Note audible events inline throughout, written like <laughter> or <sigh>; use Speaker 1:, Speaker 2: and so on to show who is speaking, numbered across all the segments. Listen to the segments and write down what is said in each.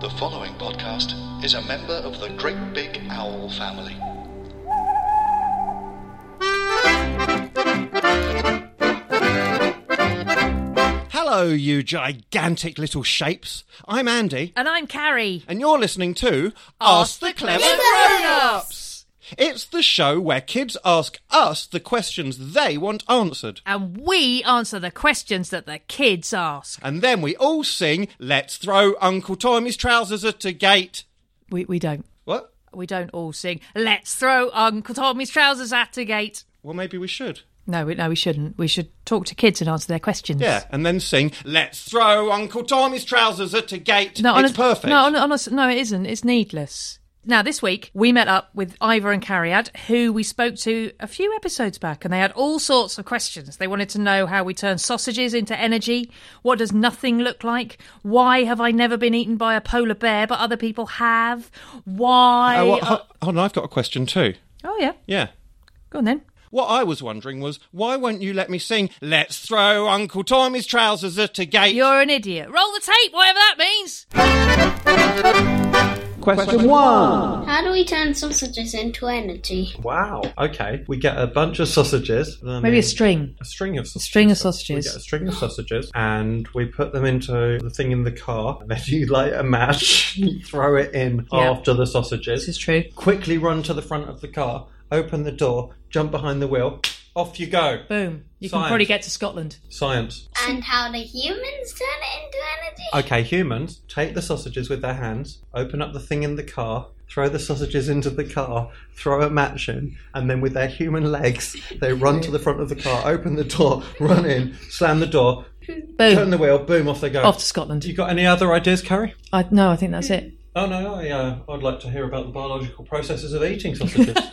Speaker 1: The following podcast is a member of the Great Big Owl family.
Speaker 2: Hello, you gigantic little shapes. I'm Andy,
Speaker 3: And I'm Carrie.
Speaker 2: and you're listening to Ask the Clever Grown Ups. It's the show where kids ask us the questions they want answered.
Speaker 3: And we answer the questions that the kids ask.
Speaker 2: And then we all sing Let's Throw Uncle Tommy's Trousers at a Gate.
Speaker 3: We, we don't.
Speaker 2: What?
Speaker 3: We don't all sing, let's throw Uncle Tommy's trousers at the gate.
Speaker 2: Well, maybe we should.
Speaker 3: No, we, no, we shouldn't. We should talk to kids and answer their questions.
Speaker 2: Yeah, and then sing Let's Throw Uncle Tommy's Trousers at a Gate.
Speaker 3: No,
Speaker 2: it's
Speaker 3: hon-
Speaker 2: perfect.
Speaker 3: No, hon- honest, no, it isn't. It's needless. Now, this week, we met up with Ivor and Carriad, who we spoke to a few episodes back, and they had all sorts of questions. They wanted to know how we turn sausages into energy. What does nothing look like? Why have I never been eaten by a polar bear, but other people have? Why?
Speaker 2: Oh, what-
Speaker 3: are-
Speaker 2: ho- hold on, I've got a question too.
Speaker 3: oh, yeah.
Speaker 2: Yeah.
Speaker 3: Go on then.
Speaker 2: What I was wondering was why won't you let me sing Let's Throw Uncle Tommy's Trousers at a Gate?
Speaker 3: You're an idiot. Roll the tape, whatever that means.
Speaker 4: Question one.
Speaker 5: How do we turn sausages into energy?
Speaker 4: Wow. Okay. We get a bunch of sausages. I
Speaker 3: Maybe
Speaker 4: mean,
Speaker 3: a string.
Speaker 4: A string of sausages.
Speaker 3: string of
Speaker 4: We
Speaker 3: sausages.
Speaker 4: get a string of sausages and we put them into the thing in the car. <laughs> And then you light a match, <laughs> you throw it in
Speaker 3: Yeah.
Speaker 4: after the sausages.
Speaker 3: This is true.
Speaker 4: Quickly run to the front of the car, open the door, jump behind the wheel, off you go.
Speaker 3: Boom. You can
Speaker 4: Science.
Speaker 3: probably get to Scotland.
Speaker 4: Science.
Speaker 5: And how do humans turn it into energy?
Speaker 4: Okay, humans, take the sausages with their hands, open up the thing in the car, throw the sausages into the car, throw a match in, and then with their human legs, they run to the front of the car, open the door, run in, slam the door, turn
Speaker 3: Boom.
Speaker 4: the wheel, boom, off they go.
Speaker 3: Off to Scotland.
Speaker 4: You got any other ideas, Carrie?
Speaker 3: I, no, I think that's it.
Speaker 4: Oh, no, I, uh, I'd like to hear about the biological processes of eating sausages. <laughs>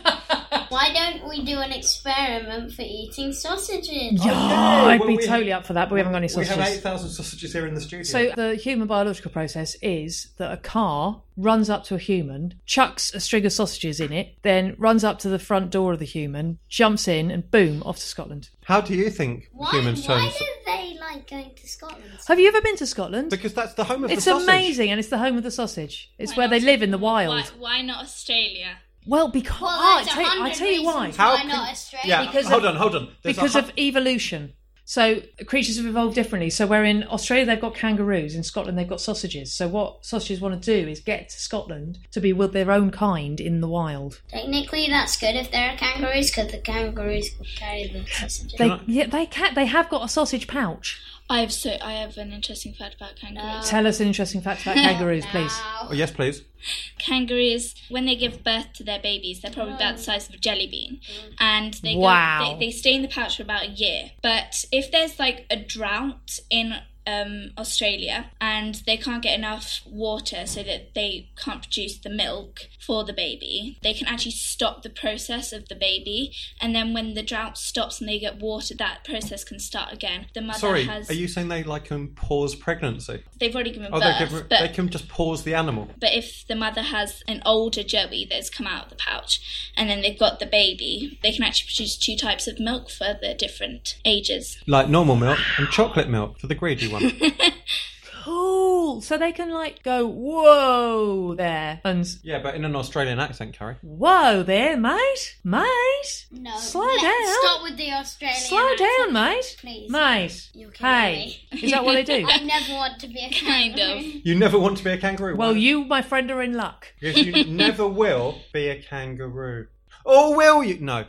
Speaker 5: Why don't we do an experiment for eating sausages?
Speaker 3: Yeah, I'd
Speaker 4: Oh, well,
Speaker 3: be
Speaker 4: we-
Speaker 3: totally up for that, but we haven't got any sausages.
Speaker 4: We have 8,000 sausages here in the studio.
Speaker 3: so the human biological process is that a car runs up to a human, chucks a string of sausages in it, then runs up to the front door of the human, jumps in, and boom, off to Scotland.
Speaker 4: How do you think
Speaker 5: Why,
Speaker 4: humans turn
Speaker 5: why do they like going to Scotland?
Speaker 3: Have you ever been to Scotland?
Speaker 4: Because that's the home of
Speaker 3: it's
Speaker 4: the sausage.
Speaker 3: amazing, and it's the home of the sausage. It's where they live in the wild.
Speaker 6: Why, why not Australia?
Speaker 3: Well, because
Speaker 5: Well,
Speaker 3: ah, I
Speaker 5: there's a
Speaker 3: tell, you- I
Speaker 5: hundred
Speaker 3: tell you why.
Speaker 5: reasons Why not Australia?
Speaker 4: Yeah,
Speaker 3: Because
Speaker 4: hold
Speaker 3: of-
Speaker 4: on, hold on. There's a
Speaker 3: because
Speaker 4: hu-
Speaker 3: of evolution. So creatures have evolved differently. So where in Australia they've got kangaroos, in Scotland they've got sausages. So what sausages want to do is get to Scotland to be with their own kind in the wild.
Speaker 5: Technically, that's good if there are kangaroos, because the kangaroos could carry the sausages.
Speaker 3: They yeah, they can they have got a sausage pouch.
Speaker 6: I have so I have an interesting fact about kangaroos.
Speaker 3: Tell us an interesting fact about kangaroos, please.
Speaker 4: Oh, yes, please.
Speaker 6: kangaroos, when they give birth to their babies, they're probably about the size of a jelly bean, and they go-
Speaker 3: Wow.
Speaker 6: they, they stay in the pouch for about a year. But if there's like a drought in um, Australia and they can't get enough water so that they can't produce the milk for the baby, they can actually stop the process of the baby. And then when the drought stops and they get water, that process can start again. The mother
Speaker 4: Sorry,
Speaker 6: has.
Speaker 4: are you saying they like can pause pregnancy?
Speaker 6: They've already given
Speaker 4: Oh,
Speaker 6: birth,
Speaker 4: they, can,
Speaker 6: but
Speaker 4: they can just pause the animal.
Speaker 6: But if the mother has an older joey that's come out of the pouch and then they've got the baby, they can actually produce two types of milk for the different ages.
Speaker 4: Like normal milk and chocolate milk for the greedy one.
Speaker 6: <laughs>
Speaker 3: Cool. So they can like go whoa there and
Speaker 4: yeah, but in an Australian accent, Carrie.
Speaker 3: whoa there, mate, mate.
Speaker 5: No,
Speaker 3: Slow
Speaker 5: let's
Speaker 3: down.
Speaker 5: stop with the Australian
Speaker 3: Slow down, mate.
Speaker 5: Please.
Speaker 3: Mate.
Speaker 5: You're killing
Speaker 3: Hey.
Speaker 5: me.
Speaker 3: Is that what they
Speaker 5: <laughs>
Speaker 3: do?
Speaker 5: I never want to be a
Speaker 6: <laughs> Kind
Speaker 5: kangaroo.
Speaker 6: of.
Speaker 4: You never want to be a kangaroo.
Speaker 3: Well,
Speaker 4: Why?
Speaker 3: you, my friend, are in luck.
Speaker 4: Because you
Speaker 6: <laughs>
Speaker 4: never will be a kangaroo. Or will you? No.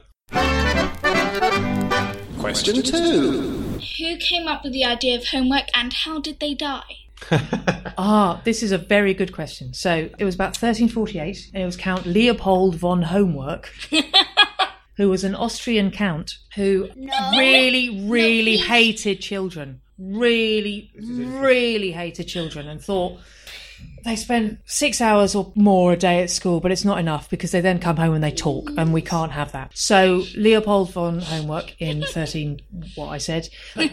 Speaker 2: Question two.
Speaker 6: Who came up with the idea of homework and how did they die?
Speaker 3: Ah, this is a very good question. So it was about 1348, and it was Count Leopold von Homework, who was an Austrian count who really, really hated children. Really, really hated children, and thought they spend six hours or more a day at school, but it's not enough because they then come home and they talk, and we can't have that. So Leopold von Homework in 13, what I said, <laughs>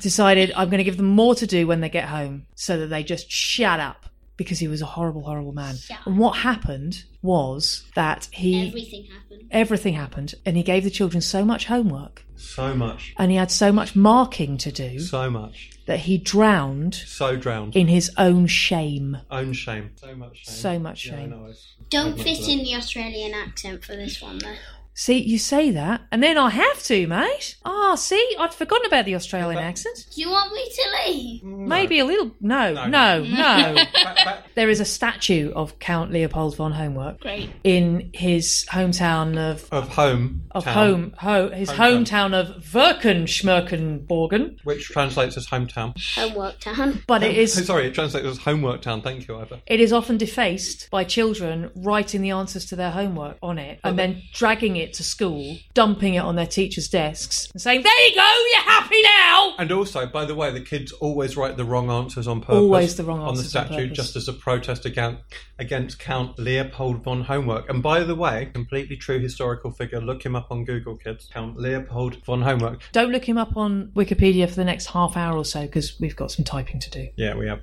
Speaker 3: decided I'm going to give them more to do when they get home so that they just shut up because he was a horrible, horrible man. And what happened was that he.
Speaker 5: Everything happened.
Speaker 3: Everything happened, and he gave the children so much homework,
Speaker 4: <laughs> So much.
Speaker 3: and he had so much marking to do
Speaker 4: So much.
Speaker 3: that he drowned
Speaker 4: So drowned.
Speaker 3: in his own shame.
Speaker 4: Own shame. So much shame.
Speaker 3: So much
Speaker 4: Yeah, I
Speaker 3: shame.
Speaker 4: know, it's-
Speaker 5: Don't fit in the Australian accent for this one, though.
Speaker 3: See, you say that, and then I have to, mate. Ah, see, I'd forgotten about the Australian accent.
Speaker 5: Do you want me to leave?
Speaker 3: Maybe a little. No,
Speaker 4: No.
Speaker 3: no,
Speaker 4: <laughs>
Speaker 3: no.
Speaker 4: Back, back.
Speaker 3: there is a statue of Count Leopold von Homework
Speaker 6: Great.
Speaker 3: in his hometown of
Speaker 4: Of home.
Speaker 3: of
Speaker 4: town,
Speaker 3: home, ho, his
Speaker 4: Hometown.
Speaker 3: hometown, of Verkenschmerkenborgen,
Speaker 4: Which translates as hometown.
Speaker 5: Homework time.
Speaker 3: but it
Speaker 4: Oh,
Speaker 3: is
Speaker 4: <laughs> sorry, it translates as homework town. Thank you, Ivor.
Speaker 3: it is often defaced by children writing the answers to their homework on it and then dragging it to school, dumping it on their teachers' desks, and saying, "There you go, you're happy now."
Speaker 4: And also, by the way, the kids always write the wrong answers on purpose.
Speaker 3: Always the wrong answers on
Speaker 4: on the statue,
Speaker 3: purpose.
Speaker 4: just as a protest against, against Count Leopold von Homework. And by the way, completely true historical figure. Look him up on Google, kids. Count Leopold von Homework.
Speaker 3: Don't look him up on Wikipedia for the next half hour or so because we've got some typing to do.
Speaker 4: Yeah, we have.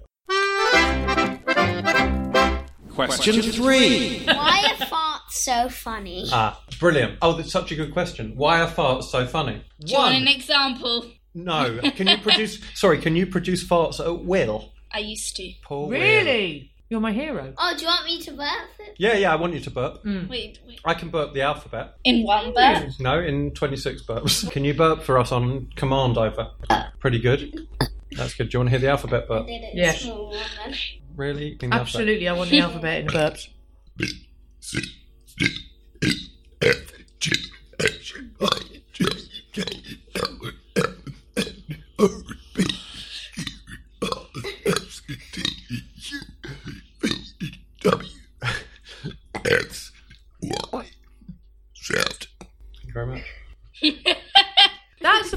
Speaker 2: Question three.
Speaker 5: Why are farts so funny?
Speaker 4: Ah, brilliant. Oh, that's such a good question. Why are farts so funny?
Speaker 6: Do you want an example?
Speaker 4: No. Can you
Speaker 6: <laughs>
Speaker 4: produce? sorry, can you produce farts at will?
Speaker 6: I used to.
Speaker 4: Paul. Weir.
Speaker 3: Oh, Really, you're my hero.
Speaker 5: Oh, do you want me to burp it?
Speaker 4: Yeah, yeah. I want you to burp.
Speaker 3: Mm.
Speaker 6: Wait, wait.
Speaker 4: I can burp the alphabet.
Speaker 6: In one burp?
Speaker 4: <laughs> No, in 26 burps. Can you burp for us on command over? Pretty good. That's good. Do you want to hear the alphabet burp?
Speaker 5: Did it
Speaker 3: Yes.
Speaker 5: small woman.
Speaker 4: Really? Think the alphabet-
Speaker 3: Absolutely, I want the alphabet in <laughs> burps.
Speaker 7: E,
Speaker 4: Thank you very much.
Speaker 3: That's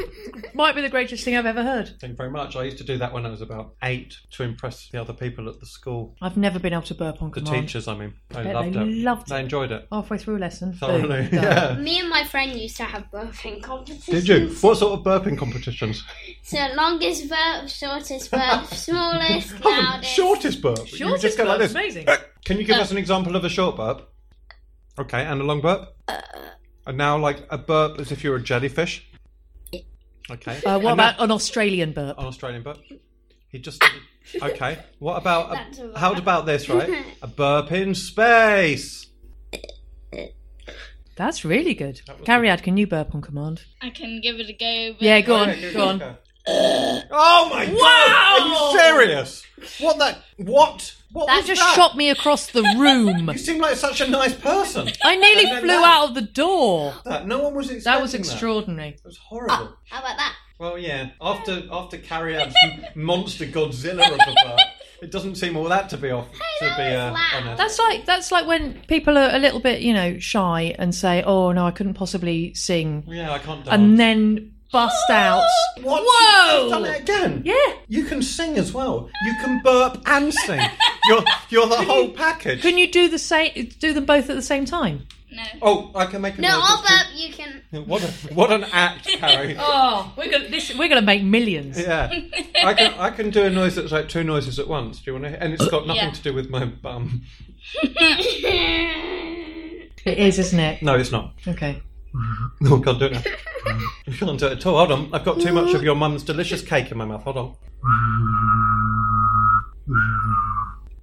Speaker 3: might be the greatest thing I've ever heard.
Speaker 4: Thank you very much. I used to do that when I was about eight to impress the other people at the school.
Speaker 3: I've never been able to burp on
Speaker 4: The
Speaker 3: command.
Speaker 4: teachers, I mean. They
Speaker 3: bet
Speaker 4: loved
Speaker 3: they
Speaker 4: it.
Speaker 3: loved
Speaker 4: They
Speaker 3: it.
Speaker 4: enjoyed it.
Speaker 3: Halfway through a lesson.
Speaker 4: Thoroughly.
Speaker 3: boom, done.
Speaker 4: Yeah.
Speaker 5: Me and my friend used to have burping competitions.
Speaker 4: <laughs> Did you? What sort of burping competitions?
Speaker 5: So longest burp, shortest
Speaker 4: <laughs>
Speaker 5: burp, smallest, loudest.
Speaker 4: Oh,
Speaker 5: Uh.
Speaker 4: shortest burp. you would
Speaker 3: Shortest
Speaker 4: just go like
Speaker 3: burp's
Speaker 4: this. Uh,
Speaker 3: amazing.
Speaker 4: Can you give us an example of a short burp? Okay, and a long burp.
Speaker 5: Uh.
Speaker 4: And now, like a burp as if you're a jellyfish. Okay.
Speaker 3: Uh, what
Speaker 4: And now-
Speaker 3: about an Australian burp?
Speaker 4: an Australian burp? He just. okay. What about?
Speaker 5: That's all
Speaker 4: A,
Speaker 5: right.
Speaker 4: how about
Speaker 5: <laughs>
Speaker 4: this? Right, a burp in space.
Speaker 3: That's really good. Carriad, can you burp on command?
Speaker 6: I can give it a go. But
Speaker 3: Yeah, go on, go on.
Speaker 4: Oh my god! Are you serious? What that? What? What
Speaker 3: That
Speaker 4: was
Speaker 3: just
Speaker 4: that?
Speaker 3: shot me across the room.
Speaker 4: You seem like such a nice person.
Speaker 3: I nearly
Speaker 4: And then
Speaker 3: flew
Speaker 4: that-
Speaker 3: out of the door.
Speaker 4: That no one was expecting.
Speaker 3: That was
Speaker 4: extraordinary.
Speaker 3: extraordinary.
Speaker 4: That was horrible.
Speaker 3: Ah.
Speaker 5: How about that?
Speaker 4: Well, yeah. After after carry out
Speaker 3: <laughs>
Speaker 4: monster Godzilla of a burp, it doesn't seem all that to be off. to be uh,
Speaker 5: loud.
Speaker 4: honest.
Speaker 3: That's like that's like when people are a little bit, you know, shy and say, "Oh no, I couldn't possibly sing,"
Speaker 4: Yeah, I can't dance.
Speaker 3: and then bust out.
Speaker 4: What?
Speaker 3: Whoa!
Speaker 4: You've done it again.
Speaker 3: Yeah.
Speaker 4: You can sing as well. You can burp and sing.
Speaker 3: <laughs>
Speaker 4: You're you're the whole package.
Speaker 3: Can you do the same? Do them both at the same time?
Speaker 6: No.
Speaker 4: Oh, I can make a
Speaker 5: No,
Speaker 4: noise.
Speaker 5: I'll burp. You can.
Speaker 4: What a, what an
Speaker 3: <laughs>
Speaker 4: act, Harry.
Speaker 3: Oh, we're gonna this, we're gonna make millions.
Speaker 4: Yeah, I can I can do a noise that's like two noises at once. Do you want to? And it's got nothing
Speaker 6: Yeah.
Speaker 4: to do with my bum.
Speaker 3: It is, isn't it?
Speaker 4: No, it's not.
Speaker 3: Okay.
Speaker 4: No, I can't do it now. I can't do it at all. Hold on, I've got too much of your mum's delicious cake in my mouth. Hold on.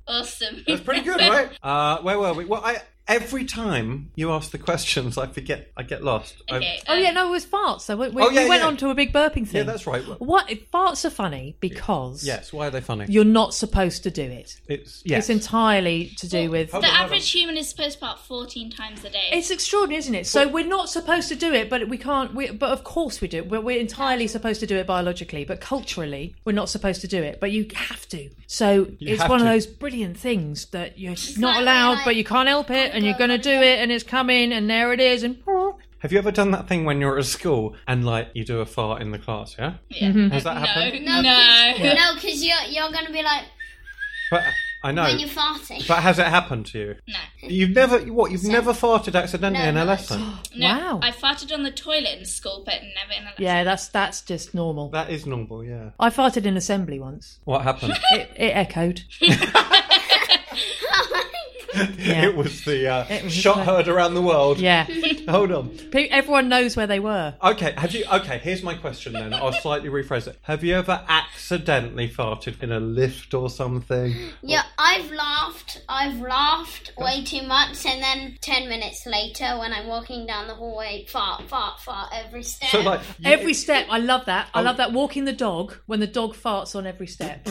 Speaker 6: Awesome. <laughs>
Speaker 4: That's pretty good, right? Uh, where were we? Well, I Every time you ask the questions, I forget. I get lost. I-
Speaker 6: Okay.
Speaker 3: Oh
Speaker 6: um,
Speaker 3: yeah, no, it was farts. So we, we,
Speaker 4: Oh, yeah,
Speaker 3: we went
Speaker 4: yeah.
Speaker 3: on to a big burping thing.
Speaker 4: yeah, that's right.
Speaker 3: What farts are funny because
Speaker 4: Yes. Why are they funny?
Speaker 3: you're not supposed to do it.
Speaker 4: it's
Speaker 3: It's
Speaker 4: yes.
Speaker 3: entirely to do with.
Speaker 4: hold
Speaker 6: The
Speaker 4: on, hold
Speaker 6: average human is supposed to fart 14 times a day.
Speaker 3: It's extraordinary, isn't it? So we're not supposed to do it, but we can't. We, but of course we do. We're, we're entirely supposed to do it biologically, but culturally we're not supposed to do it. But you have to. So it's
Speaker 4: have
Speaker 3: one of
Speaker 4: to.
Speaker 3: those brilliant things that you're
Speaker 6: like
Speaker 3: not allowed,
Speaker 5: like,
Speaker 3: but you can't help it, and you're going to do it, and it's coming, and there it is, and
Speaker 4: Have you ever done that thing when you're at school and like you do a fart in the class? Yeah.
Speaker 6: Yeah.
Speaker 4: Has that
Speaker 6: No, <laughs>
Speaker 4: happened?
Speaker 6: no.
Speaker 5: No, because you're you're gonna be like
Speaker 4: But I know.
Speaker 5: when you're farting. <laughs>
Speaker 4: But has it happened to you?
Speaker 6: No.
Speaker 4: You've never what? You've never farted accidentally
Speaker 5: No,
Speaker 4: in a
Speaker 5: no.
Speaker 4: lesson.
Speaker 6: No,
Speaker 3: Wow.
Speaker 6: I farted on the toilet in school, but never in a lesson.
Speaker 3: yeah, that's that's just normal.
Speaker 4: That is normal. Yeah.
Speaker 3: I farted in assembly once.
Speaker 4: What happened? <laughs>
Speaker 3: It, it echoed.
Speaker 5: Oh
Speaker 4: <laughs>
Speaker 3: Yeah.
Speaker 4: It was the uh,
Speaker 3: It was
Speaker 4: shot
Speaker 3: like-
Speaker 4: heard around the world.
Speaker 3: Yeah,
Speaker 4: Hold on.
Speaker 3: Pe- everyone knows where they were.
Speaker 4: Okay, have you? Okay, here's my question then. I'll slightly rephrase it. Have you ever accidentally farted in a lift or something?
Speaker 5: Yeah, I've laughed. I've laughed way too much, and then ten minutes later, when I'm walking down the hallway, fart, fart, fart every step.
Speaker 4: So like you-
Speaker 3: Every step, I love that. I love that walking the dog when the dog farts on every step.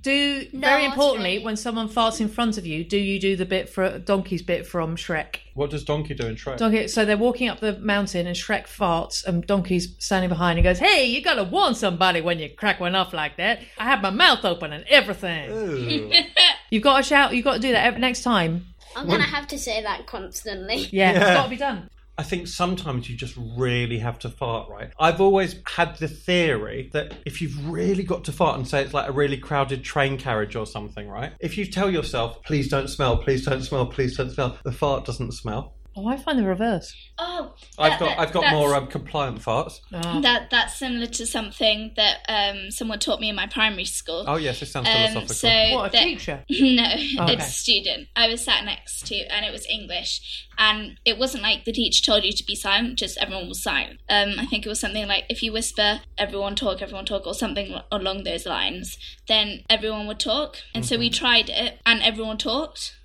Speaker 3: Do very
Speaker 5: I'll
Speaker 3: importantly
Speaker 5: say-
Speaker 3: when someone farts in front of you, do you do the bit for donkey's bit from Shrek?
Speaker 4: What does Donkey do in Shrek?
Speaker 3: Donkey, so they're walking up the mountain and Shrek farts and Donkey's standing behind and goes, "Hey, you gotta warn somebody when you crack one off like that. I had my mouth open and everything.
Speaker 4: Ooh.
Speaker 3: <laughs> You've got to shout. You've got to do that ev- next time.
Speaker 5: I'm gonna have to say that constantly.
Speaker 3: Yeah, it's
Speaker 4: Yeah.
Speaker 3: got to be done.
Speaker 4: I think sometimes you just really have to fart, right? I've always had the theory that if you've really got to fart and say it's like a really crowded train carriage or something, right? If you tell yourself, please don't smell, please don't smell, please don't smell, the fart doesn't smell.
Speaker 3: Oh, I find the reverse.
Speaker 6: Oh,
Speaker 4: I've
Speaker 6: that-
Speaker 4: got
Speaker 6: that-
Speaker 4: I've got
Speaker 6: <laughs> that's-
Speaker 4: more um, compliant farts.
Speaker 6: That that's similar to something that um, someone taught me in my primary school.
Speaker 4: Oh yes, it sounds
Speaker 6: um,
Speaker 4: philosophical. Oh,
Speaker 6: so
Speaker 3: What a
Speaker 6: that-
Speaker 3: teacher!
Speaker 6: <laughs> No,
Speaker 3: Okay.
Speaker 6: it's a student. I was sat next to, and it was English, and it wasn't like the teacher told you to be silent; just everyone was silent. Um, I think it was something like if you whisper, everyone talk, everyone talk, or something lo- along those lines, then everyone would talk. And so we
Speaker 4: Mm-hmm.
Speaker 6: tried it, and everyone talked.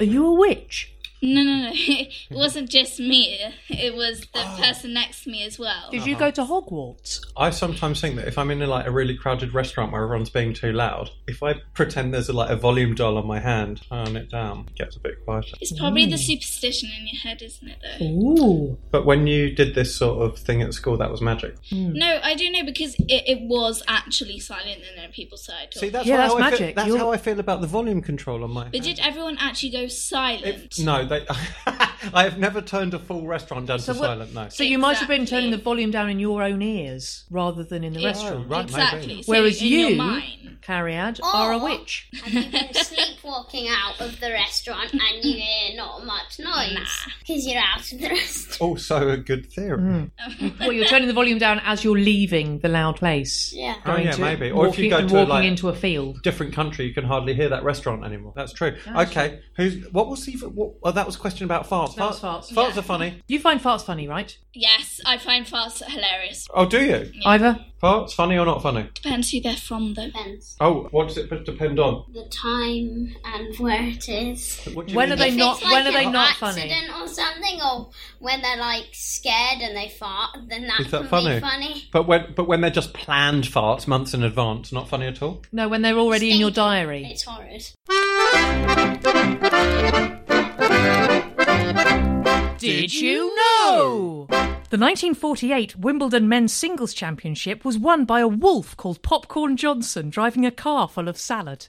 Speaker 3: Are you a witch?
Speaker 6: No, no, <laughs> no. It wasn't just me. It was the
Speaker 4: Oh.
Speaker 6: person next to me as well.
Speaker 3: Did
Speaker 4: Uh-huh.
Speaker 3: you go to Hogwarts?
Speaker 4: I sometimes think that if I'm in a, like a really crowded restaurant where everyone's being too loud, if I pretend there's a, like a volume dial on my hand, turn it down, it gets a bit quieter.
Speaker 6: It's probably the superstition in your head, isn't it? Though.
Speaker 3: Ooh.
Speaker 4: But when you did this sort of thing at school, that was magic.
Speaker 6: No, I do know because it, it was actually silent, and then people started talking.
Speaker 4: See, that's
Speaker 3: Yeah,
Speaker 4: how
Speaker 3: that's
Speaker 4: I Feel,
Speaker 3: magic.
Speaker 4: that's
Speaker 3: You're-
Speaker 4: how I feel about the volume control on my.
Speaker 6: But did everyone actually go silent?
Speaker 4: If- no, they, <laughs> I have never turned a full restaurant down
Speaker 3: So
Speaker 4: to
Speaker 3: what-
Speaker 4: silent. No.
Speaker 3: So you might have been
Speaker 6: Exactly.
Speaker 3: turning the volume down in your own ears rather than in the
Speaker 6: Yeah.
Speaker 4: Oh,
Speaker 3: restaurant.
Speaker 4: right,
Speaker 6: exactly.
Speaker 4: maybe.
Speaker 6: So
Speaker 3: Whereas
Speaker 6: in
Speaker 3: you,
Speaker 6: your mind,
Speaker 3: Cariad,
Speaker 6: Oh.
Speaker 5: Or-
Speaker 3: are a witch.
Speaker 5: Have you been sleepwalking out of the restaurant and you hear not much noise because you're out of
Speaker 3: <laughs>
Speaker 5: the restaurant?
Speaker 4: Also, a good theory.
Speaker 3: Hmm. well, you're turning the volume down as you're leaving the loud place.
Speaker 5: Yeah.
Speaker 4: Oh yeah,
Speaker 3: To-
Speaker 4: maybe. Or if
Speaker 3: walking-
Speaker 4: you go
Speaker 3: and
Speaker 4: to
Speaker 3: walking
Speaker 4: like
Speaker 3: into a field.
Speaker 4: different country, you can hardly hear that restaurant anymore. That's true. okay, who's what was even? What, oh, that was a question about farts.
Speaker 3: That was farts.
Speaker 4: Farts
Speaker 6: Yeah.
Speaker 4: are funny.
Speaker 3: You find farts funny, right?
Speaker 6: yes, I find farts hilarious.
Speaker 4: Oh, do you?
Speaker 3: Ivor?
Speaker 4: Farts funny or not funny?
Speaker 6: Depends who they're from, though.
Speaker 5: Depends
Speaker 4: Oh, what does it depend on?
Speaker 5: the time and where it is.
Speaker 4: What do you
Speaker 3: When
Speaker 4: mean
Speaker 3: are they
Speaker 4: by-
Speaker 5: If
Speaker 3: not-
Speaker 5: it's like
Speaker 3: when are they
Speaker 5: an
Speaker 3: not funny?
Speaker 5: accident or something, or when they're like scared and they fart, then that
Speaker 4: Is that
Speaker 5: can
Speaker 4: funny?
Speaker 5: be funny.
Speaker 4: But when but when they're just planned farts months in advance, not funny at all.
Speaker 3: No, when they're already in your diary.
Speaker 5: It's horrid.
Speaker 3: Did you know? The 1948 Wimbledon Men's Singles Championship was won by a wolf called Popcorn Johnson driving a car full of salad.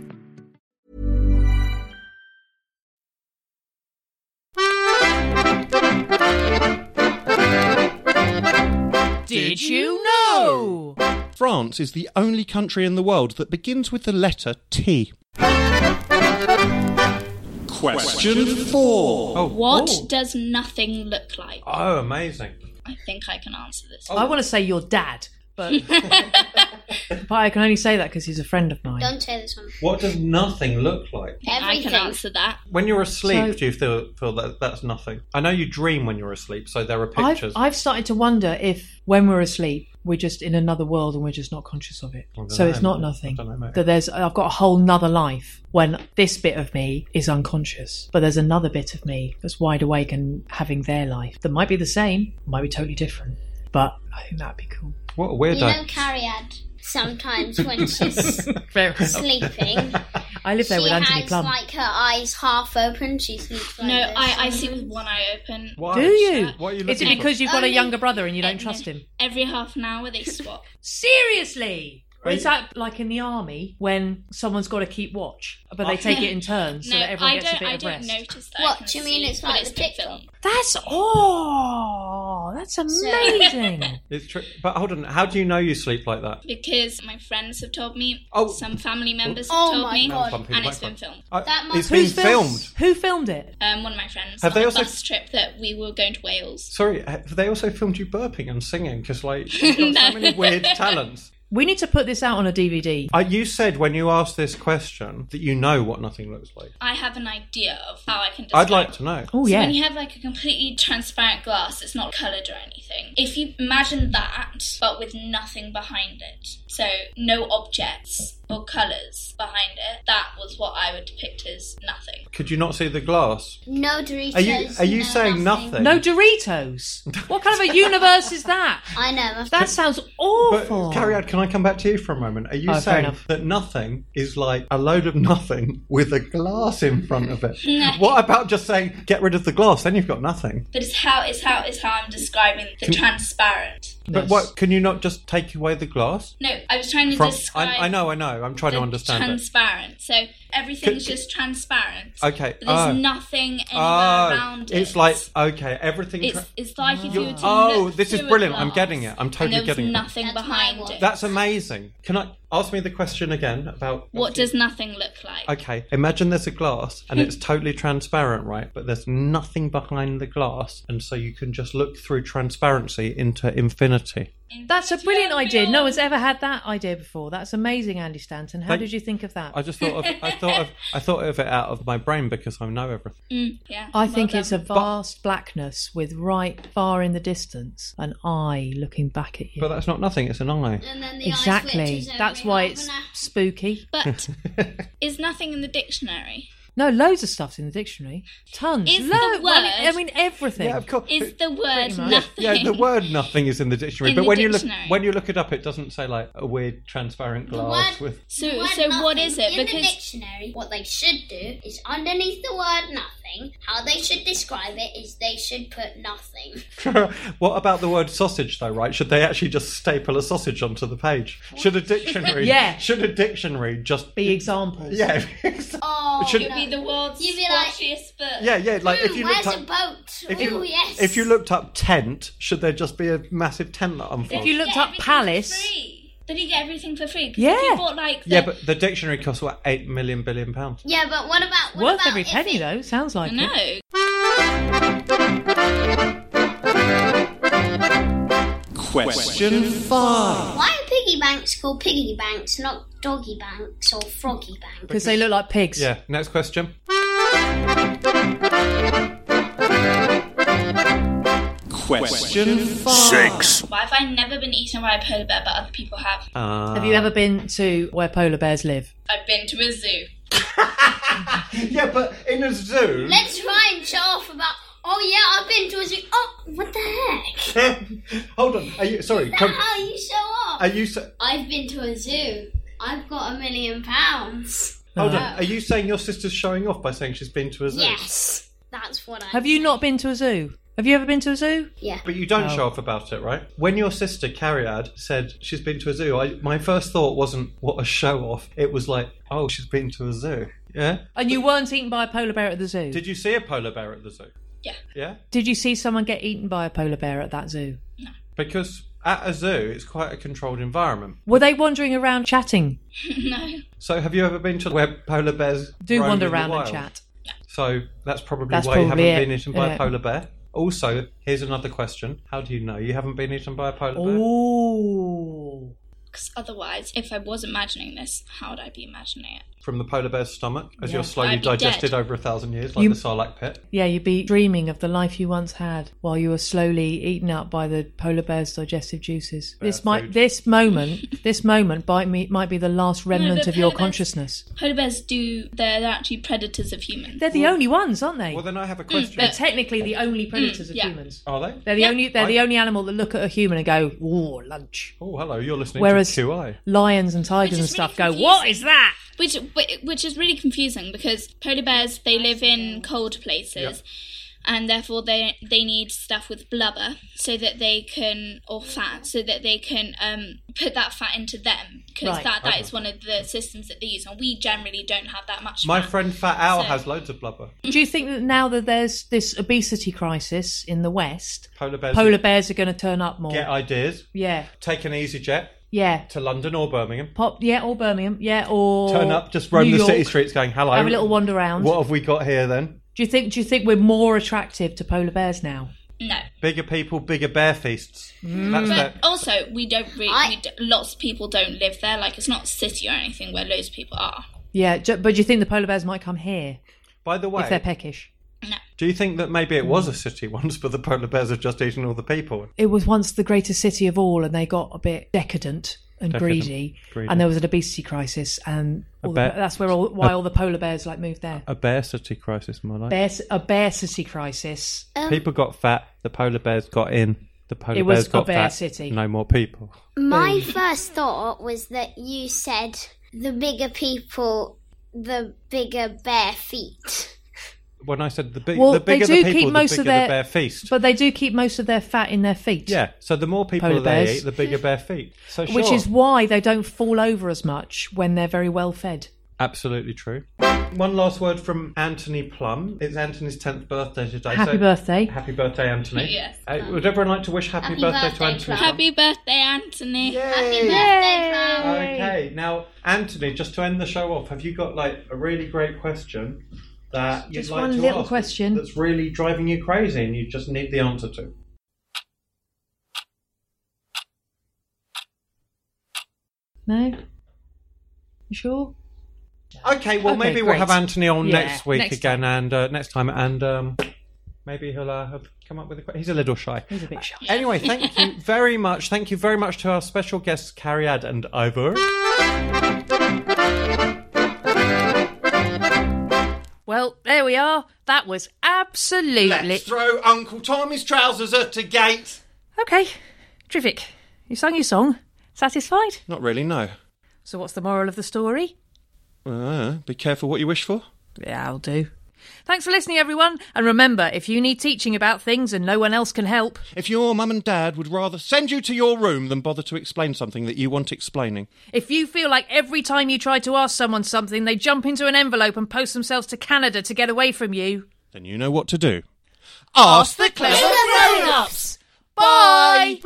Speaker 3: Did you know?
Speaker 2: France is the only country in the world that begins with the letter T? Question four.
Speaker 4: Oh,
Speaker 6: What
Speaker 4: ooh.
Speaker 6: does nothing look like?
Speaker 4: Oh, amazing.
Speaker 6: I think I can answer this.
Speaker 4: Oh.
Speaker 3: I want to say your dad, <laughs> but but I can only say that because he's a friend of mine.
Speaker 5: Don't say this one.
Speaker 4: What does nothing look like?
Speaker 6: I
Speaker 5: Everything.
Speaker 6: can answer that.
Speaker 4: When you're asleep,
Speaker 3: So-
Speaker 4: do you feel, feel that that's nothing? I know you dream when you're asleep, so there are
Speaker 3: I've
Speaker 4: pictures.
Speaker 3: I've started to wonder if when we're asleep we're just in another world and we're just not conscious of it.
Speaker 4: I don't
Speaker 3: So
Speaker 4: know,
Speaker 3: it's not
Speaker 4: mate.
Speaker 3: nothing.
Speaker 4: I don't know, mate.
Speaker 3: That there's I've got a whole nother life when this bit of me is unconscious, but there's another bit of me that's wide awake and having their life that might be the same, might be totally different. But I think that'd be cool.
Speaker 4: What a
Speaker 5: You know,
Speaker 4: weirdo.
Speaker 5: Cariad, sometimes when
Speaker 4: <laughs>
Speaker 5: she's sleeping,
Speaker 3: I live there
Speaker 5: she
Speaker 3: with Anthony
Speaker 5: has
Speaker 3: Plum.
Speaker 5: like her eyes half open. She sleeps like
Speaker 6: No,
Speaker 5: this.
Speaker 6: I, I see with one eye open.
Speaker 4: Why?
Speaker 3: Do you?
Speaker 4: What are you
Speaker 3: Is
Speaker 4: looking
Speaker 3: it because you've got a
Speaker 5: Only-
Speaker 3: younger brother and you don't
Speaker 6: And
Speaker 3: trust
Speaker 6: then
Speaker 3: him?
Speaker 6: Every half an hour
Speaker 3: <laughs>
Speaker 6: they swap.
Speaker 3: Seriously? Or is
Speaker 4: Right.
Speaker 3: that like in the army when someone's got to keep watch, but
Speaker 4: Oh,
Speaker 3: they take it in turns so
Speaker 6: no,
Speaker 3: that everyone
Speaker 6: I
Speaker 3: gets
Speaker 6: don't.
Speaker 3: a bit
Speaker 6: I
Speaker 3: of
Speaker 6: don't
Speaker 3: rest?
Speaker 6: notice that.
Speaker 5: What,
Speaker 6: I can
Speaker 5: do you mean
Speaker 6: see,
Speaker 5: it's
Speaker 6: but
Speaker 5: like the
Speaker 6: been
Speaker 5: TikTok?
Speaker 6: filmed.
Speaker 3: That's oh, that's
Speaker 6: <laughs>
Speaker 3: amazing.
Speaker 4: It's true. But hold on, how do you know you sleep like that?
Speaker 6: Because my friends have told me.
Speaker 4: Oh.
Speaker 6: Some family members
Speaker 5: Oh
Speaker 6: have told
Speaker 5: my
Speaker 6: me,
Speaker 5: God.
Speaker 6: and it's been filmed.
Speaker 4: I-
Speaker 5: That must-
Speaker 4: it's
Speaker 3: Who
Speaker 4: been filmed.
Speaker 3: Who filmed it?
Speaker 6: Um, one of my friends
Speaker 4: Have
Speaker 6: on
Speaker 4: they
Speaker 6: a
Speaker 4: also-
Speaker 6: bus trip that we were going to Wales.
Speaker 4: Sorry, have they also filmed you burping and singing? Because like you've got so many weird talents.
Speaker 3: We need to put this out on a DVD.
Speaker 4: Uh, you said when you asked this question that you know what nothing looks like.
Speaker 6: I have an idea of how I can. Describe
Speaker 4: I'd like to know.
Speaker 3: Oh
Speaker 6: So
Speaker 3: yeah.
Speaker 6: when you have like a completely transparent glass, it's not coloured or anything. If you imagine that, but with nothing behind it, so no objects or colours behind it, that was what I would depict as nothing.
Speaker 4: Could you not see the glass?
Speaker 5: No Doritos.
Speaker 4: Are you are you
Speaker 5: no
Speaker 4: saying nothing?
Speaker 3: no Doritos. what kind of a universe is that?
Speaker 5: I never.
Speaker 3: That sounds
Speaker 4: But
Speaker 3: awful.
Speaker 4: Cariad, can I come back to you for a moment? Are you
Speaker 3: Oh, fair
Speaker 4: saying
Speaker 3: enough.
Speaker 4: that nothing is like a load of nothing with a glass in front of it? What about just saying get rid of the glass? Then you've got nothing.
Speaker 6: But it's how it's how it's how I'm describing the transparent.
Speaker 4: But what? Can you not just take away the glass?
Speaker 6: No, I was trying to
Speaker 4: From,
Speaker 6: describe.
Speaker 4: I, I know, I know. I'm trying to
Speaker 6: the
Speaker 4: understand. it.
Speaker 6: transparent. So everything's
Speaker 4: Could-
Speaker 6: just transparent.
Speaker 4: Okay,
Speaker 6: But there's
Speaker 4: oh.
Speaker 6: nothing anywhere around it.
Speaker 4: Ah, It's like okay, everything.
Speaker 6: It's,
Speaker 4: tra-
Speaker 6: it's like if you were to
Speaker 4: Oh,
Speaker 6: look
Speaker 4: this is
Speaker 6: through a
Speaker 4: brilliant. I'm
Speaker 6: glass
Speaker 4: getting it. I'm
Speaker 6: and
Speaker 4: totally
Speaker 6: there was
Speaker 4: getting it.
Speaker 6: nothing
Speaker 5: That's my
Speaker 6: behind
Speaker 5: one.
Speaker 6: it.
Speaker 4: That's amazing. Can I ask me the question again about
Speaker 6: what does nothing look like?
Speaker 4: Okay, imagine there's a glass and
Speaker 6: <laughs>
Speaker 4: it's totally transparent, right? But there's nothing behind the glass, and so you can just look through transparency into infinity.
Speaker 3: That's a brilliant idea. No one's ever had that idea before. That's amazing, Andy Stanton. How
Speaker 4: Thank-
Speaker 3: did you think of that?
Speaker 4: I just thought of,
Speaker 6: <laughs>
Speaker 4: I thought of, I thought of it out of my brain because I know everything.
Speaker 6: Mm, yeah.
Speaker 3: I
Speaker 6: well
Speaker 3: think
Speaker 6: done.
Speaker 3: it's a vast blackness with right far in the distance an eye looking back at you.
Speaker 4: But that's not nothing. It's an eye.
Speaker 5: And then the eye
Speaker 3: exactly.
Speaker 5: switches over
Speaker 3: That's
Speaker 5: in
Speaker 3: why
Speaker 5: half
Speaker 3: it's
Speaker 5: an hour.
Speaker 3: spooky.
Speaker 6: But is nothing in the dictionary?
Speaker 3: No, loads of stuff's in the dictionary. Tons.
Speaker 6: Is
Speaker 3: Lo-
Speaker 6: the
Speaker 3: well, I mean- I
Speaker 6: word-
Speaker 3: mean, everything.
Speaker 4: Yeah, of course. <laughs>
Speaker 6: Is the
Speaker 3: much.
Speaker 6: word nothing?
Speaker 4: yeah,
Speaker 6: <laughs>
Speaker 4: the word nothing is in the dictionary,
Speaker 6: In
Speaker 4: but
Speaker 6: the
Speaker 4: when you
Speaker 6: dictionary.
Speaker 4: look when you look it up, it doesn't say like a weird transparent glass
Speaker 5: word-
Speaker 4: with
Speaker 5: The
Speaker 6: So,
Speaker 5: word
Speaker 6: so
Speaker 5: nothing
Speaker 6: what is it?
Speaker 5: In the
Speaker 6: Because
Speaker 5: dictionary, what they should do is underneath the word nothing, how they should describe it is they should put nothing.
Speaker 4: <laughs> what about the word sausage though right should they actually just staple a sausage onto the page should a dictionary
Speaker 3: Yeah.
Speaker 4: should a dictionary just
Speaker 3: Be examples.
Speaker 4: <laughs> yeah
Speaker 5: Oh,
Speaker 4: should-
Speaker 6: it'd be the world's
Speaker 5: You'd be like-
Speaker 6: squashiest book.
Speaker 4: yeah yeah like if you
Speaker 5: where's
Speaker 4: looked
Speaker 5: a
Speaker 4: up
Speaker 5: boat?
Speaker 4: if
Speaker 5: oh,
Speaker 4: you,
Speaker 5: yes.
Speaker 4: if you looked up tent should there just be a massive tent that unfolds
Speaker 3: If you looked
Speaker 6: Get
Speaker 3: up
Speaker 6: everything for
Speaker 3: Palace,
Speaker 6: free. Did he get everything for free? 'Cause If
Speaker 3: Yeah.
Speaker 6: you bought like the,
Speaker 4: yeah but the dictionary costs what 8 million billion pounds
Speaker 5: Yeah, but what about what
Speaker 3: worth
Speaker 5: about
Speaker 3: every
Speaker 5: if
Speaker 3: penny
Speaker 5: it-
Speaker 3: though. Sounds like it.
Speaker 6: no.
Speaker 2: Question five.
Speaker 5: Why are piggy banks called piggy banks, not doggy banks or froggy banks?
Speaker 3: Because they look like pigs.
Speaker 4: yeah next question
Speaker 2: Question five.
Speaker 6: Why have I never been eaten by a polar bear, but other people have?
Speaker 4: uh,
Speaker 3: Have you ever been to where polar bears live?
Speaker 6: I've been to a zoo. <laughs>
Speaker 4: yeah but in a zoo
Speaker 5: Let's try and show off about. Oh yeah, I've been to a zoo. Oh, what the heck?
Speaker 4: <laughs> hold on are you sorry come,
Speaker 5: How you show off?
Speaker 4: are you sa-
Speaker 5: I've been to a zoo. I've got a million pounds.
Speaker 4: hold on are you saying your sister's showing off by saying she's been to a zoo
Speaker 5: Yes, that's what I.
Speaker 3: Have you not been to a zoo? Have you ever been to a zoo?
Speaker 5: Yeah.
Speaker 4: But you don't
Speaker 3: No.
Speaker 4: show off about it, right? When your sister Cariad said she's been to a zoo, I, my first thought wasn't what a show off. It was like, oh, she's been to a zoo. Yeah.
Speaker 3: And you weren't eaten by a polar bear at the zoo.
Speaker 4: Did you see a polar bear at the zoo?
Speaker 6: Yeah.
Speaker 4: Yeah.
Speaker 3: Did you see someone get eaten by a polar bear at that zoo?
Speaker 4: Because At a zoo, it's quite a controlled environment.
Speaker 3: Were they wandering around chatting?
Speaker 6: no.
Speaker 4: So, have you ever been to where polar bears
Speaker 3: Do
Speaker 4: roam
Speaker 3: wander
Speaker 4: in the
Speaker 3: around and
Speaker 4: wild?
Speaker 3: chat.
Speaker 4: So that's probably
Speaker 3: That's
Speaker 4: why you
Speaker 3: probably
Speaker 4: haven't
Speaker 3: it,
Speaker 4: been eaten by
Speaker 3: yeah.
Speaker 4: a polar bear. Also, here's another question: How do you know you haven't been eaten by a polar bear?
Speaker 3: Oh.
Speaker 6: Because otherwise, if I was imagining this, how would I be imagining it?
Speaker 4: From the polar bear's stomach, as
Speaker 3: Yeah.
Speaker 4: you're slowly
Speaker 6: I'd be
Speaker 4: digested
Speaker 6: dead.
Speaker 4: over a thousand years, like
Speaker 3: You-
Speaker 4: the Sarlacc pit.
Speaker 3: Yeah, you'd be dreaming of the life you once had while you were slowly eaten up by the polar bear's digestive juices.
Speaker 4: Bear
Speaker 3: this might
Speaker 4: food.
Speaker 3: this moment this moment might me might be the last remnant
Speaker 6: the
Speaker 3: of your
Speaker 6: polar bears-
Speaker 3: consciousness.
Speaker 6: Polar bears do, they're actually predators of humans.
Speaker 3: They're the only ones, aren't they?
Speaker 4: Well, then I have a
Speaker 6: Hmm,
Speaker 4: question.
Speaker 3: They're technically the only predators of
Speaker 6: Mm, yeah.
Speaker 3: humans.
Speaker 4: Are they?
Speaker 3: They're the
Speaker 6: Yeah.
Speaker 3: only they're the only animal that look at a human and go, "Ooh, lunch."
Speaker 4: Oh, hello. You're listening
Speaker 3: Whereas
Speaker 4: to QI.
Speaker 3: lions and tigers
Speaker 6: Which
Speaker 3: and
Speaker 6: is really
Speaker 3: stuff go, "What
Speaker 6: confusing.
Speaker 3: is that?"
Speaker 6: which which is really confusing because polar bears they live in cold places and therefore they they need stuff with blubber so that they can or fat so that they can um, put that fat into them because
Speaker 3: Right.
Speaker 6: that, that is one of the systems that they use and we generally don't have that much
Speaker 4: My
Speaker 6: fat.
Speaker 4: friend Fat Owl
Speaker 6: So-
Speaker 4: has loads of blubber.
Speaker 3: Do you think that now that there's this obesity crisis in the West,
Speaker 4: Polar bears
Speaker 3: polar bears are going to turn up more?
Speaker 4: get ideas.
Speaker 3: yeah,
Speaker 4: Take an easy jet
Speaker 3: yeah.
Speaker 4: to London or Birmingham.
Speaker 3: Pop, yeah, or Birmingham, yeah, or
Speaker 4: Turn up, just roam
Speaker 3: New
Speaker 4: the city
Speaker 3: York.
Speaker 4: streets, going hello.
Speaker 3: Have a little wander around.
Speaker 4: What have we got here then?
Speaker 3: Do you think? Do you think we're more attractive to polar bears now?
Speaker 6: no
Speaker 4: Bigger people, bigger bear feasts.
Speaker 3: Mm.
Speaker 4: That's
Speaker 6: but
Speaker 4: that.
Speaker 6: also we don't really
Speaker 5: I-
Speaker 6: we d lots of people don't live there like it's not a city or anything where loads of people are
Speaker 3: Yeah, ju- but do you think the polar bears might come here
Speaker 4: By the way,
Speaker 3: if they're Mm. peckish?
Speaker 4: Do you think that maybe it was a city <laughs> once, but the polar bears have just eaten all the people?
Speaker 3: It was once the greatest city of all, and they got a bit decadent and
Speaker 4: Decadent,
Speaker 3: greedy,
Speaker 4: greedy.
Speaker 3: and there was an obesity crisis, and all the,
Speaker 4: bear-
Speaker 3: that's where all, why all the polar bears like moved there.
Speaker 4: A bear city crisis, my life.
Speaker 3: Bear, a bear city crisis.
Speaker 4: people got fat. The polar bears got in. The polar
Speaker 3: It was bears a got bear fat, city.
Speaker 4: No more people.
Speaker 5: My first thought was that you said the bigger people, the bigger bare feet.
Speaker 4: When I said the, big,
Speaker 3: Well,
Speaker 4: the
Speaker 3: they
Speaker 4: bigger
Speaker 3: do
Speaker 4: the people,
Speaker 3: keep most
Speaker 4: the
Speaker 3: of
Speaker 4: bigger
Speaker 3: their-
Speaker 4: the bear feast.
Speaker 3: But they do keep most of their fat in their feet.
Speaker 4: yeah, so the more people
Speaker 3: Polar
Speaker 4: they
Speaker 3: bears.
Speaker 4: eat, the bigger bear feet. So
Speaker 3: Which
Speaker 4: sure.
Speaker 3: is why they don't fall over as much when they're very well fed.
Speaker 4: absolutely true. One last word from Anthony Plum. It's Anthony's tenth birthday today.
Speaker 3: Happy
Speaker 4: so
Speaker 3: birthday.
Speaker 4: Happy birthday, Anthony.
Speaker 6: Yes.
Speaker 4: Uh, would everyone like to wish happy,
Speaker 5: Happy
Speaker 4: birthday, to
Speaker 5: birthday,
Speaker 4: Anthony?
Speaker 5: Plum.
Speaker 4: Plum?
Speaker 6: happy birthday anthony
Speaker 5: Happy birthday, Plum.
Speaker 4: Okay, now Anthony, just to end the show off, have you got like a really great question that you'd
Speaker 3: Just
Speaker 4: like
Speaker 3: one
Speaker 4: to
Speaker 3: little
Speaker 4: ask
Speaker 3: question.
Speaker 4: that's really driving you crazy and you just need the answer to?
Speaker 3: No? You sure?
Speaker 4: Okay, well
Speaker 3: Okay,
Speaker 4: maybe we'll
Speaker 3: great.
Speaker 4: have Anthony on
Speaker 3: Yeah,
Speaker 4: next week
Speaker 3: next
Speaker 4: again and uh, next time and um, maybe he'll uh, have come up with a question. He's a little shy.
Speaker 3: He's a bit shy. <laughs>
Speaker 4: Anyway, thank you very much. Thank you very much to our special guests, Cariad and Ivor.
Speaker 3: Well, there we are. That was absolutely.
Speaker 2: Let's throw Uncle Tommy's trousers at the gate.
Speaker 3: okay, terrific. You sang your song. Satisfied?
Speaker 2: Not really, no.
Speaker 3: So, what's the moral of the story?
Speaker 2: Uh, be careful what you wish for.
Speaker 3: Yeah, I'll do. Thanks for listening, everyone. And remember, if you need teaching about things and no one else can help,
Speaker 2: If your mum and dad would rather send you to your room than bother to explain something that you want explaining,
Speaker 3: If you feel like every time you try to ask someone something, they jump into an envelope and post themselves to Canada to get away from you,
Speaker 2: then you know what to do. Ask the
Speaker 3: clever grown ups! Bye!